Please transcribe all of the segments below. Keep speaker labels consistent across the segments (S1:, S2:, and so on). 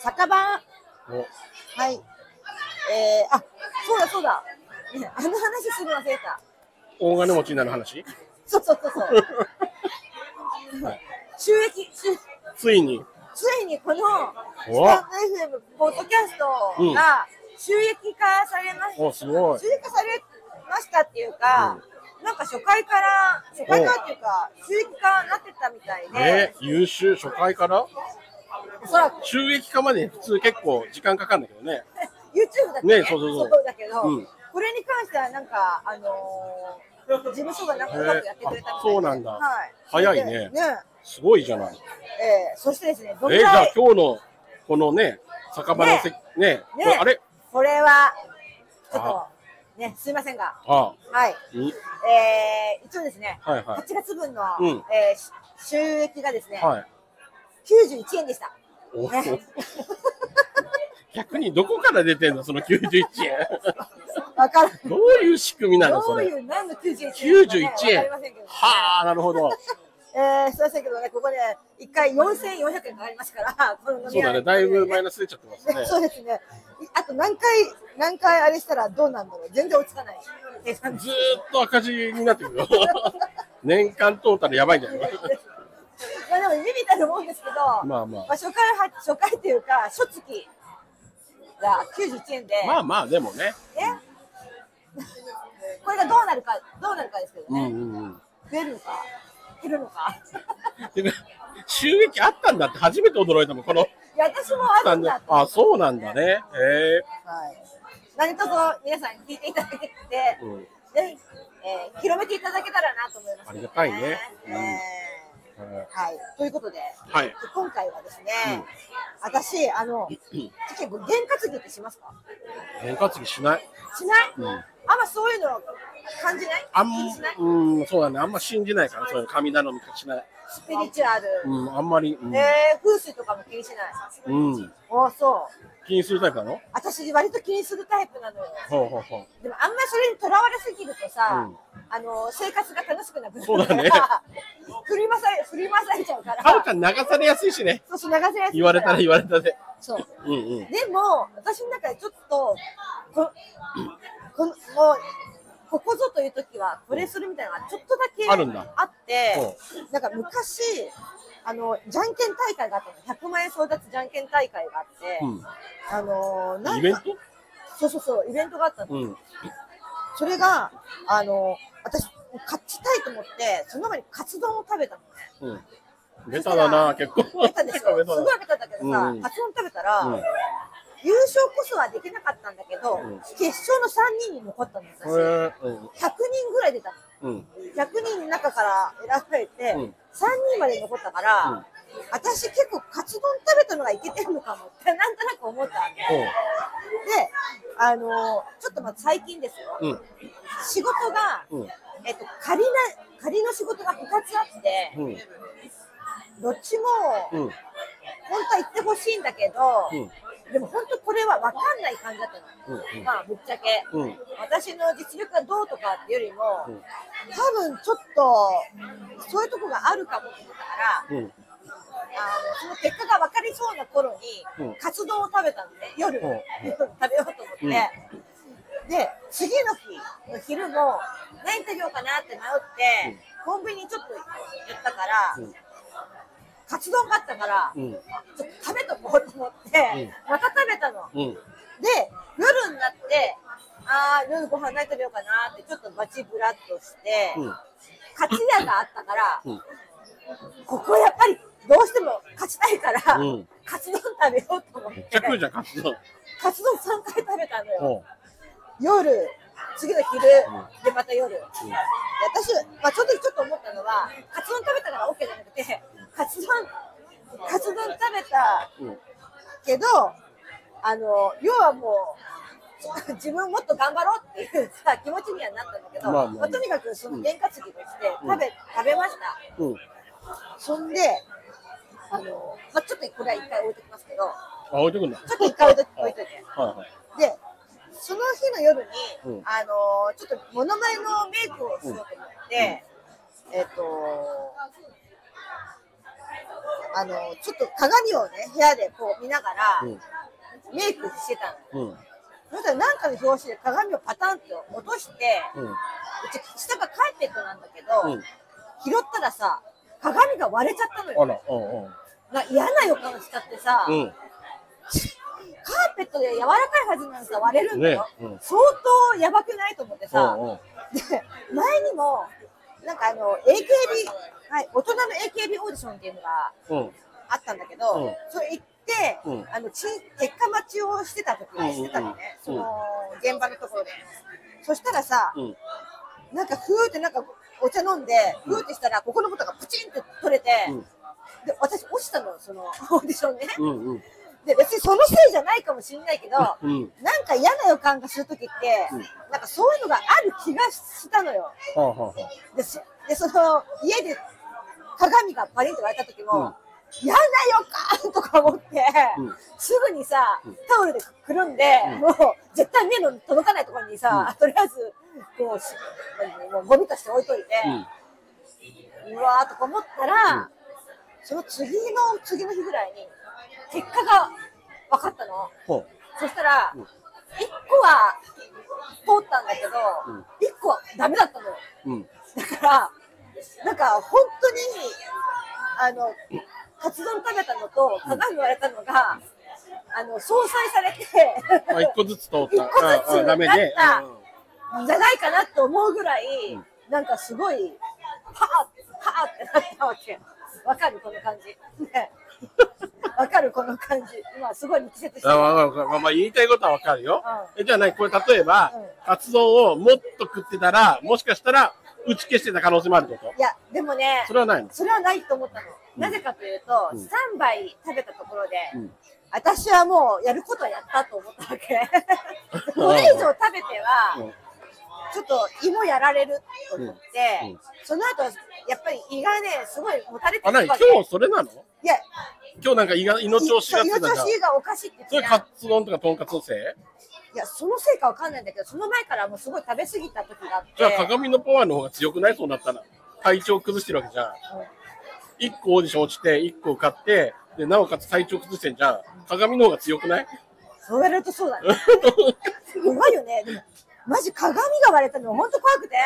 S1: 酒場はい
S2: お
S1: えー、あそうだそうだ、ね、あの話するの忘れた
S2: 大金持ちになる話
S1: そうそうそうそう収益収
S2: ついに
S1: ついにこのス
S2: お
S1: タンド FM ポッドキャストが収益化されました、
S2: おすごい
S1: 収益化されましたっていうか、なんか初回から初回からっていうか収益化になってたみたい
S2: え
S1: で、
S2: 優秀初回から
S1: おそらく
S2: 収益化まで普通結構時間かかるんだけどね
S1: YouTube だけね
S2: ねそうそうそう
S1: だけど、
S2: うん
S1: これに関してはなんかあのー事務所がなんかうまくやってくれたみたいで
S2: へーあそうなんだ
S1: はい、
S2: 早いね
S1: で
S2: すごいじゃない
S1: えーそしてですねど
S2: え
S1: れ
S2: じ
S1: ぐ
S2: ゃ
S1: ら
S2: あ
S1: い
S2: 今日のこのね酒場の席ね
S1: ね
S2: これあれ
S1: これはちょっ
S2: あ
S1: とねすいませんが
S2: あ
S1: はい
S2: に
S1: えー、一応ですね、
S2: はいはい
S1: 8月分の、
S2: うん
S1: えーし収益がですね、
S2: はい
S1: 91円でした。
S2: お
S1: ね
S2: 逆にどこから出てんのその91円
S1: わからん
S2: どういう仕組みなの
S1: ど
S2: そう
S1: い
S2: れ
S1: う何の91円
S2: 91
S1: わかり
S2: 円
S1: ませんけど、ね。
S2: はあなるほど
S1: えー、すいませんけどね、ここね、一回4400円かかりますから、 この飲み屋
S2: そうだねだいぶマイ
S1: ね
S2: ナス出ちゃってます ね
S1: そうですね。あと何回、何回あれしたらどうなんだろう。全然落ち着かない。えー
S2: ずーっと赤字になってくるよ 年間トータルやばいんじ ゃない
S1: まあでも夢みたいなもんですけど、
S2: まあまあ
S1: 初回は初回っていうか初月が91円で、
S2: まあまあでもね
S1: ね、 これがどうなるかどうなるかですけど
S2: うん
S1: ね、
S2: うんうん
S1: 増えるのか減るのか
S2: てか収益あったんだって初めて驚いたもんこの
S1: いや私もあるんだって
S2: あそうなんだねへえ
S1: はい、何卒皆さん聞いていただいて、
S2: うん
S1: ぜひ、えー広めていただけたらなと思います、
S2: ありがたいねうん
S1: えーはい、ということで、
S2: はい
S1: 今回はですね、私あの結構験担ぎってしますか
S2: 変化継ぎしない
S1: しない、
S2: うん
S1: あんまそういうの感じない
S2: あん
S1: 気にしない
S2: うんそうだねあんま信じないからそういう神頼みしない
S1: スピリチュアル、
S2: うんあんまりうん、
S1: えー風水とかも気にしない
S2: うん、
S1: おそう
S2: 気にするタイプなの
S1: 私割と気にするタイ プなのよ
S2: ほうほうほう
S1: でもあんまりそれにとらわれすぎるとさ、
S2: うん
S1: あの生活が楽しくなくな
S2: そうだね
S1: るから、 振り回され振り回されちゃうから
S2: はるかに流されやすいしね
S1: そうそう流せやすいから
S2: 言われたら言われたで
S1: そう
S2: うんうん
S1: でも私の中でちょっとここのもうここぞという時はこれするみたいなのがちょっとだけ
S2: あるんだ
S1: あってなんか昔あのじゃんけん大会があったの100万円争奪じゃんけん大会があって、
S2: うん
S1: あのーなんか
S2: イベント
S1: そうそうそうイベントがあったの、
S2: うん
S1: それがあの私勝ちたいと思ってその前にカツ丼を食べたのね
S2: うんベタだな結構
S1: ベタでしょす
S2: ベタだ
S1: ごいベタだけどさ、
S2: うん
S1: カツ丼食べたら、
S2: うん
S1: 優勝こそはできなかったんだけど、
S2: うん
S1: 決勝の3人に残ったんです
S2: へ
S1: よ、
S2: えうん
S1: 100人ぐらい出たの
S2: うん
S1: 100人の中から選ばれて、
S2: うん
S1: 3人まで残ったから、
S2: うん
S1: 私結構カツ丼食べたのがいけてるのかもってなんとなく思ったわけで
S2: ほ
S1: あのーちょっとまあ最近ですよ、
S2: ううん
S1: 仕事が、
S2: うん
S1: えっと、仮な仮の仕事が2つあって、
S2: うん
S1: どっちも
S2: うん
S1: 本当は行ってほしいんだけど、
S2: うん
S1: でも本当これは分かんない感じだったの、
S2: うんうん
S1: まあぶっちゃけ、
S2: うん
S1: 私の実力がどうとかっていうよりも、
S2: うん
S1: 多分ちょっとそういうとこがあるかもって思ったから
S2: うん
S1: あのその結果が分かりそうな頃に、
S2: うん
S1: カツ丼を食べたんで夜、
S2: うん
S1: 夜食べようと思って、で次の日の昼も何食べようかなって迷って、コンビニにちょっと寄ったから、
S2: うん
S1: カツ丼があったから、
S2: うん
S1: ちょっと食べとこうと思って、
S2: う
S1: また食べたの。
S2: うん
S1: で、夜になって、あー、夜ご飯何食べようかなって、ちょっと街ぶらっとして、
S2: うん
S1: 勝ち屋があったから、
S2: うん
S1: ここやっぱりどうしても勝ちたいから、
S2: うん
S1: カツ丼食べようと思っ
S2: め
S1: て
S2: っちゃ食うじゃんカツ丼
S1: カツ丼3回食べたのよ
S2: ほ
S1: 夜次の昼、
S2: う
S1: でまた夜、で私、まあ、ちょっとちょっと思ったのはカツ丼食べたから OK じゃなくてカツ丼カツ丼食べた
S2: ううん
S1: けどあの要はもう自分もっと頑張ろうっていうさ気持ちにはなったんだけど、
S2: ま
S1: ま
S2: あ
S1: あ
S2: まあまあ
S1: とにかくその験担ぎとして
S2: うん
S1: 食べ,、食べました
S2: うん
S1: そんであの、まあ、ちょっとこれは一回置いときますけど
S2: あ置いてくんだ
S1: ちょっと一回置いと置いとい て
S2: はいはい
S1: でその日の夜に、
S2: うん
S1: あのちょっとモノマネのメイクをしようと思って、えっ、とあの、ちょっと鏡をね、部屋でこう見ながら、
S2: うん
S1: メイクしてたの。
S2: うん
S1: そしたらなんかの表紙で鏡をパタンと落として、う
S2: うん
S1: ち下がカーペットなんだけ
S2: う
S1: ど、
S2: ん
S1: 拾ったらさ、鏡が割れちゃったの
S2: あ
S1: よ。
S2: ら
S1: な
S2: う
S1: 嫌な予感したってさ、
S2: んうんうん
S1: カーペットで柔らかいはずなのにさ、割れるんだよ。
S2: ねうん
S1: 相当やばくないと思ってさ、
S2: うんうん
S1: で前にもなんかあの AKB、はい、大人の AKB オーディションっていうのが
S2: うん
S1: あったんだけど、
S2: うん
S1: それ行って、
S2: うん
S1: あのち結果待ちをしてた時にしてたのね、
S2: うんうんうん
S1: その現場のところでそしたらさ、
S2: うん
S1: なんかふーってなんかお茶飲んでふーってしたらここのことがプチンって取れて、
S2: うん
S1: で私落ちたのそのオーディションね
S2: うんうん
S1: で別にそのせいじゃないかもしれないけど、
S2: うん
S1: なんか嫌な予感がする時って、
S2: うん
S1: なんかそういうのがある気がしたのよ、
S2: はあはあはあ
S1: でそでその家で鏡がパリンと割れた時も、嫌な予感とか思って、
S2: うん
S1: すぐにさ、タオルでくるんで、
S2: うん
S1: もう絶対目の届かないところにさ、とりあえずこうし何もうゴミとして置いといて、うわーとか思ったら、
S2: うん
S1: その次の次の日ぐらいに結果が分かったの。
S2: ほ
S1: そしたら、
S2: うん
S1: 1個は通ったんだけど、
S2: うん
S1: 1個はダメだったのよ。
S2: ううん
S1: だから、なんか本当に、あの、カツ丼食べたのと、鏡割れたのが、あの、相殺されて、
S2: あ一個ずつ通った
S1: 一個ずつ
S2: ああダメね
S1: なった
S2: うん
S1: じゃないかなと思うぐらい、
S2: うん
S1: なんかすごい、はぁ、はぁってなったわけ。わかるこの感 じ。ね。わかるこの感じ。今すごい力説してる。
S2: あわかるわかるまあまあ言いたいことはわかるよ。えじゃあ何これ例えば、
S1: うん
S2: カツ丼をもっと食ってたら、もしかしたら打ち消してた可能性もあるってこ
S1: いや、でもね
S2: とそ、れはないの
S1: それはないと思ったの。なぜかというと、
S2: うん
S1: 3杯食べたところで、
S2: うん
S1: 私はもうやることはやったと思ったわ け。これ以上食べては、ちょっと胃もやられると思って、
S2: うんうん
S1: その後、やっぱり胃がね、すごいもたれて
S2: あ、
S1: る
S2: 何
S1: わ
S2: 今
S1: け。
S2: 日それなの
S1: いや、
S2: 今日なんか胃が胃の調子が
S1: そう
S2: つ
S1: 胃の
S2: いたじ
S1: 調
S2: ゃん
S1: 子がおかしいって
S2: そ
S1: 言
S2: れ
S1: ってた
S2: カツ丼とかとんかつのせい
S1: いや、そのせいかわかんないんだけど、その前からもうすごい食べ過ぎた時があって。
S2: じゃあ鏡のパワーの方が強くないそうなったら。体調崩してるわけじゃん。一個オーディション落ちて、一個受かって、で、なおかつ体調崩してんじゃん。鏡の方が強くない
S1: そうやるとそうだね。 怖いよね。でも、マジ鏡が割れたのほんと怖くて。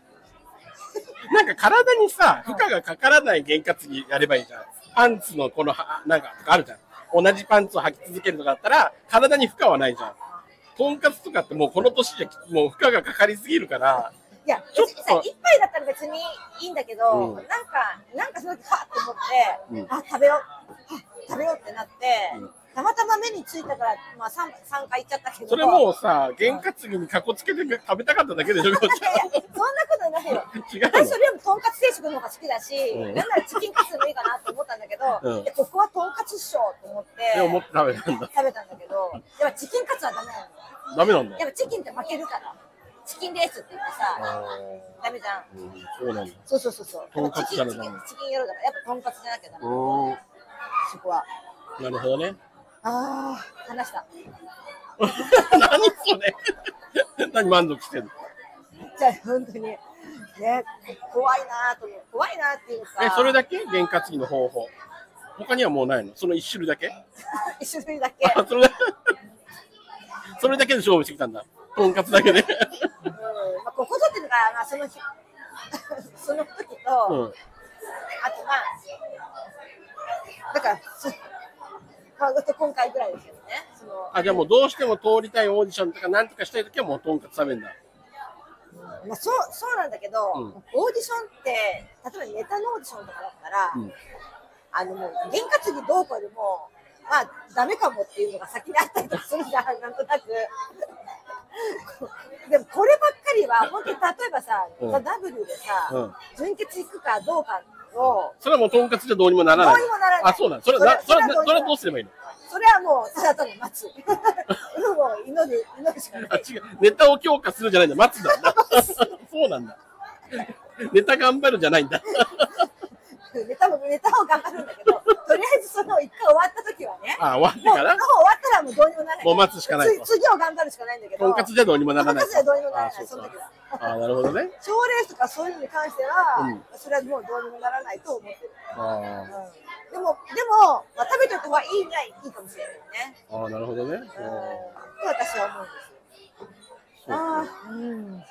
S2: うんなんか体にさ、負荷がかからない験担ぎやればいいじゃん。パンツのこのは、なんかあるじゃん。同じパンツを履き続けるとかだったら、体に負荷はないじゃん。とんかつとかってもうこの年でもう負荷がかかりすぎるから、
S1: いや、
S2: ちょ
S1: 別
S2: っと
S1: にさ、一杯だったら別にいいんだけど、
S2: うん
S1: なんか、なんかその時、はっと思って、
S2: うん
S1: あ、食べよう、あ食べようってなって、
S2: うん
S1: たまたま目についたから、まあ3、三回行っちゃったけど。
S2: それもうさ、験担ぎにかこつけて食べたかっただけでしょ、こ っ
S1: いやいや、そんなことないよ。
S2: ち ゃん。違う
S1: 私それよりもとんかつ定食の方が好きだし、
S2: うん
S1: なんならチキンカツでもいいかなと思ったんだけど、
S2: うん
S1: でここはとんかつっしょと思って、
S2: の思って食べたんだ。
S1: 食べたんだけど、やっぱチキンカツはダメなの。
S2: ダメなんだ
S1: や
S2: よ。
S1: っぱチキンって負けるから、チキンレースって言ってさ、ダメじゃん。
S2: うんそうなんだ。
S1: そうそうそうそう。
S2: とんかつ
S1: や
S2: だ
S1: っ
S2: ね
S1: ぱチキン、チキン、チキンやろうだから、やっぱとんかつじゃなきゃダメ。
S2: う
S1: そこは。
S2: んなるほどね。
S1: ああ、話した。
S2: 何それ 何満足してんの
S1: じゃあ、本当に。ね、怖いなーと思う。怖いなーっていうか。
S2: え、それだけ験担ぎの方法。他にはもうないのその一種類だけ
S1: 一緒にだけ。
S2: あそれだ それだけで勝負してきたんだ。とんかつだけで。
S1: うん。まあ、ここぞっていうのが、まあ、その日、その時と、
S2: うん。
S1: あとまあ、だから、そまあ、あと今回ぐらいですよね。その、
S2: あ、じゃあもうどうしても通りたいオーディションとか何とかしたいときはもうとんかつ食べんだ。
S1: まあ、そう、そうなんだけど、
S2: うん
S1: オーディションって、例えばネタのオーディションとかだったら、
S2: うん
S1: あのもう、験担ぎどうこうよりも、まあ、ダメかもっていうのが先にあったりとかするじゃん、 なんとなく。でも、こればっかりは、本当に例えばさ、
S2: うん
S1: ザ・ W でさ、
S2: うん
S1: 純潔行くかどうかを、
S2: それはもうとんかつじゃどうにもならない。
S1: どうにもならない
S2: あ、そうなんそれはな、
S1: そ
S2: そ
S1: れ
S2: れ
S1: は
S2: は、それは
S1: ど
S2: ど
S1: う
S2: うすればいいの
S1: それはもう、ただただ待つ。 運を祈る、祈るしかない
S2: あ、。違う。ネタを強化するじゃないんだ。待つんだ。 そうなんだ。ネタ頑張るじゃない んだ。
S1: ネタもネタを頑張るんだけど、とりあえずその一回終わった時はね、
S2: あ、終わって
S1: もう
S2: か
S1: もう終わ
S2: ら
S1: ったらもうどうにもならない。
S2: もう待つしかないと
S1: つ次を頑張るしかないんだけど。
S2: とんかつじゃどうにもならない。
S1: とんかつじゃどうにもならない
S2: あそう
S1: その時は
S2: かあ、なるほどね。
S1: 賞レースとかそういうのに関しては、
S2: うん
S1: それはもうどうにもならないと思ってる。
S2: あ
S1: うん
S2: ー
S1: ででも、でも、まあ、食べとく方がいいにはいいかもしれないね。
S2: ああ、なるほどね。
S1: うん。と私は思うんですよ。ああ、うん。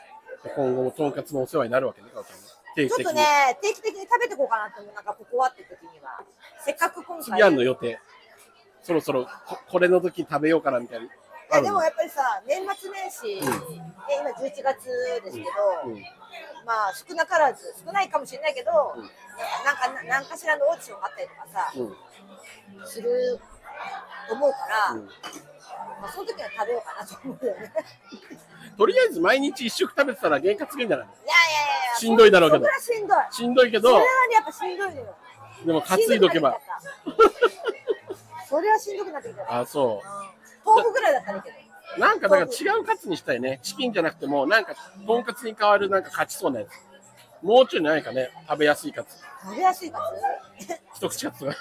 S2: 今後もとんかつのお世話になるわけね、かおちゃんね。定
S1: ち
S2: 期
S1: ょっ
S2: 的
S1: と
S2: に。
S1: ね、定期的に食べてこうかなと思う。なんかここはって時には。せっかく今回。
S2: 次あんの予定。そろそろここれの時食べようかなみたいな。
S1: いやでもやっぱりさ、年末年始、
S2: うん
S1: ね今11月ですけど、
S2: うん
S1: まあ少なからず、少ないかもしれないけど、
S2: うん
S1: なんかな何かしらのオーディションがあったりとかさ、
S2: うん
S1: すると思うから、
S2: うん
S1: まあ、その時は食べようかなと思うよね。
S2: とりあえず毎日一食食べてたら原価つくんじゃな
S1: いやいやいや
S2: い
S1: い や、
S2: しんどいだろうけど
S1: そそりゃしんどい。
S2: しんどいけ
S1: それ
S2: ど
S1: はね、、やっぱしんどいのよ。
S2: でも担いどけ
S1: し
S2: ば。
S1: んどくなってきちゃった。それはしんどくなってきた。
S2: あ、そ
S1: 豆腐ぐらいだったらいいけど。
S2: う。なんかだから違うカツにしたいね。チキンじゃなくても、なんか、とんかつに変わるなんか勝ちそうなやつ。もうちょいないかね。食べやすいカツ。
S1: 食べやすいか
S2: 一口カツとか。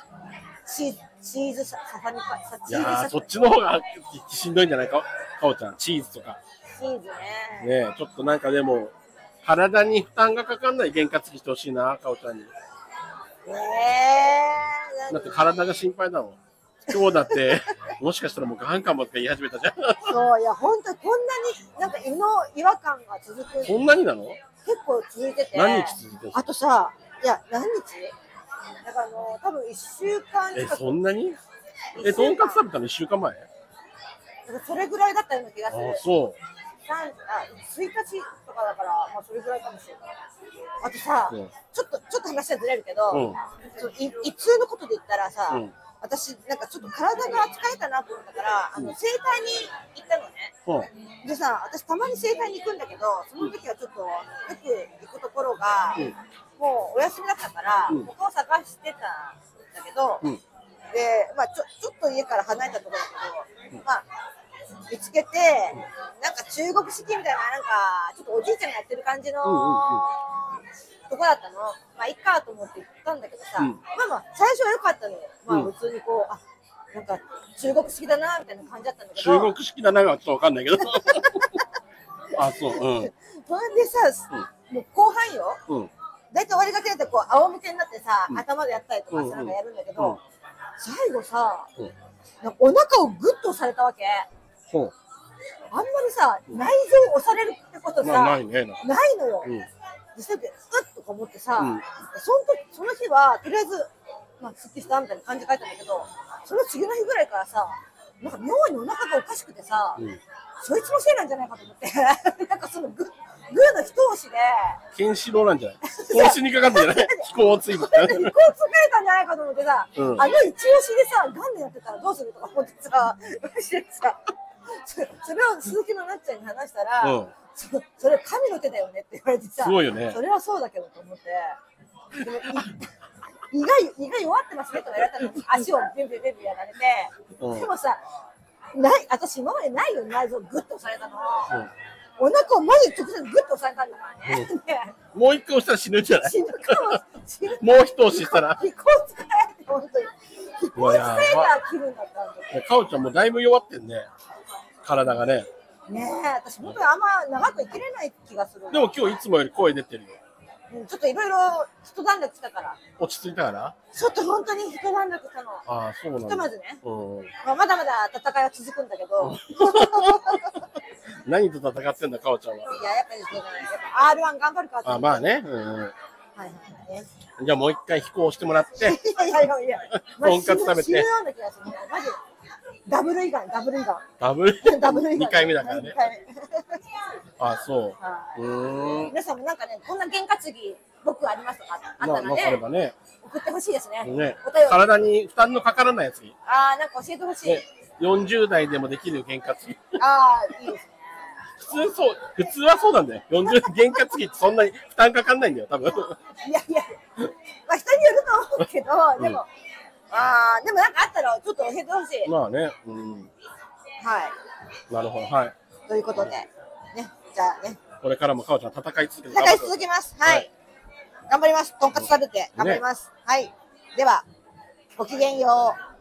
S1: つチーズ、チーズさ、ささみパイ、さ
S2: い
S1: チーズ
S2: やー、
S1: さ
S2: そっちの方がしんどいんじゃないかかおちゃん。チーズとか。
S1: チーズね。
S2: ねえ、ちょっとなんかでも、体に負担がかかんない原価つきしてほしいな、かおちゃんに。
S1: ねえ。
S2: だって体が心配だもん。今日だ って、もしかしたらもうがんかもって言い始めたじゃん。
S1: そう、いや、本当にこんなに、なんか胃の違和感が続く。結
S2: そんなになの
S1: 構続いてて。
S2: 何日続いてる
S1: あとさ、いや、何日だからあの、多分一週間
S2: え、
S1: 近く。
S2: そんなに
S1: 一
S2: え、
S1: 週間
S2: とんかつ食べたの1週間前
S1: なんかそれぐらいだったような気
S2: あ
S1: がする。
S2: そ
S1: 三あ1日とかだから、まあ、それぐらいかもしれない。あとさ、
S2: うん
S1: ちょっとちょっと話はずれるけど、
S2: うん
S1: そのい胃痛のことで言ったらさ、
S2: うん
S1: 私なんかちょっと体が疲れたなと思ったから、あの整体に行ったのね。
S2: う。うん。
S1: でさ、私たまに整体に行くんだけど、その時はちょっとよく行くところが、
S2: うん
S1: もうお休みだったから、
S2: うん
S1: 他を探してたんだけど、
S2: うん
S1: で、まあちょちょっと家から離れたところだけど、まあ見つけて、なんか中国式みたいな、なんかちょっとおじいちゃんがやってる感じの、
S2: うんうん
S1: とこだったの。まあいっかと思って行ったんだけどさ、
S2: うん
S1: まあまあ最初は良かったのよ。まあ
S2: うん
S1: 普通にこう、あなんか中国式だなみたいな感じだったんだけど、
S2: 中国式だながちょっとわかん ないけど。あ、そう。
S1: それでさ、もう後半よ。
S2: うん。うん。
S1: 大体終わりがけだとこう仰向けになってさ、頭でやったりとか
S2: うん
S1: さなんかやるんだけど、
S2: うん
S1: 最後さ、
S2: うん
S1: なんかお腹をグッと押されたわけあ
S2: そ
S1: んまりさ内臓を押されるってこと
S2: う。
S1: さ、
S2: ま
S1: な
S2: あ、ないいね。なんか
S1: のよ、
S2: うん
S1: でそれでうっとか思ってさ、
S2: うん
S1: その時その日はとりあえず、まあ、すっきりしたみたいな感じで書いたんだけどその次の日ぐらいからさなんか妙にお腹がおかしくてさ、
S2: うん
S1: そいつのせいなんじゃないかと思って なんかそのググーの一押しで。
S2: ケンシロウなんじゃない投資にかかってんじゃない気候を ついて。
S1: なんか一個疲れたんじゃないかと思ってさ、
S2: うん
S1: あの一押しでさ、ガンでやってたらどうするとか思ってさ、してさ、そそれを鈴木のなっちゃんに話したら、
S2: うん
S1: そそれ神の手だよねって言われてさ、
S2: すごいよね
S1: それはそうだけどと思って、でもい胃が胃が弱ってますねとか言われたのに、足をビュンビュンビュンビュンやられて、
S2: うん
S1: でもさ、ない私今までないよ内臓グッと押されたの、
S2: うん
S1: お腹をマジで直接グッと押されたんだからね。ね
S2: もう一個押したら死ぬんじゃない
S1: 死ぬかもしれない。
S2: もう一押ししたら。
S1: 飛行機使えって、本当に。飛行機使えた気分だったんだ
S2: いやかおちゃんもだいぶ弱ってんね。体がね。
S1: ねえ、私、本当にあんま長く生きれない気がする。
S2: でも今日いつもより声出てるよ。
S1: うん、ちょっといろいろ一段落したから。
S2: 落ち着いたから
S1: ちょっと本当に一段落したの。
S2: ああ、そうなんだ。
S1: ひとまずね
S2: うん。
S1: まあ、まだまだ戦いは続くんだけど。
S2: 何と戦ってんだ、かおちゃんは。
S1: いや、やっぱりそうじゃない。やっぱ R1 頑張るかと
S2: あ
S1: 思って。
S2: まあね。うん
S1: はいはいね。
S2: うん。じゃあもう一回飛行してもらって、
S1: いやいやいやいや。まあ
S2: とんかつ食べて
S1: 死ぬ死ぬような気がする。マジ。ダブル以外、ダブル 以外。
S2: ダブル
S1: ダブル以外。
S2: 2回目だからね
S1: 二。回目
S2: あそ。
S1: はいう
S2: うーん。
S1: 皆さんもなんかね、こんな喧嘩継ぎ、僕ありますとか、あった
S2: まあ、
S1: ら
S2: まあ、あれ
S1: ね、
S2: ばね。
S1: 送ってほしいですね。
S2: ね
S1: お便。り。
S2: 体に負担のかからないやつに。
S1: ああ、なんか教えてほしい。
S2: ね。40代でもできる原活ぎ。
S1: ああ、いいですね。
S2: 普通そう、普通はそうなんだよ。40、原活ぎってそんなに負担かかんないんだよ、多分。
S1: いやいや、まあ人によると思うけど、でも、ああ、でもなんかあったらちょっと教えてほしい。
S2: まあね。うん。
S1: は
S2: なるほど。はい。
S1: い。ということで、ね、じゃあね、
S2: これからもかおちゃん戦い続けて
S1: 戦い続けます。はい。
S2: はい
S1: 頑張ります。とんかつ食べて、頑張ります。はい。では、ごきげんよう。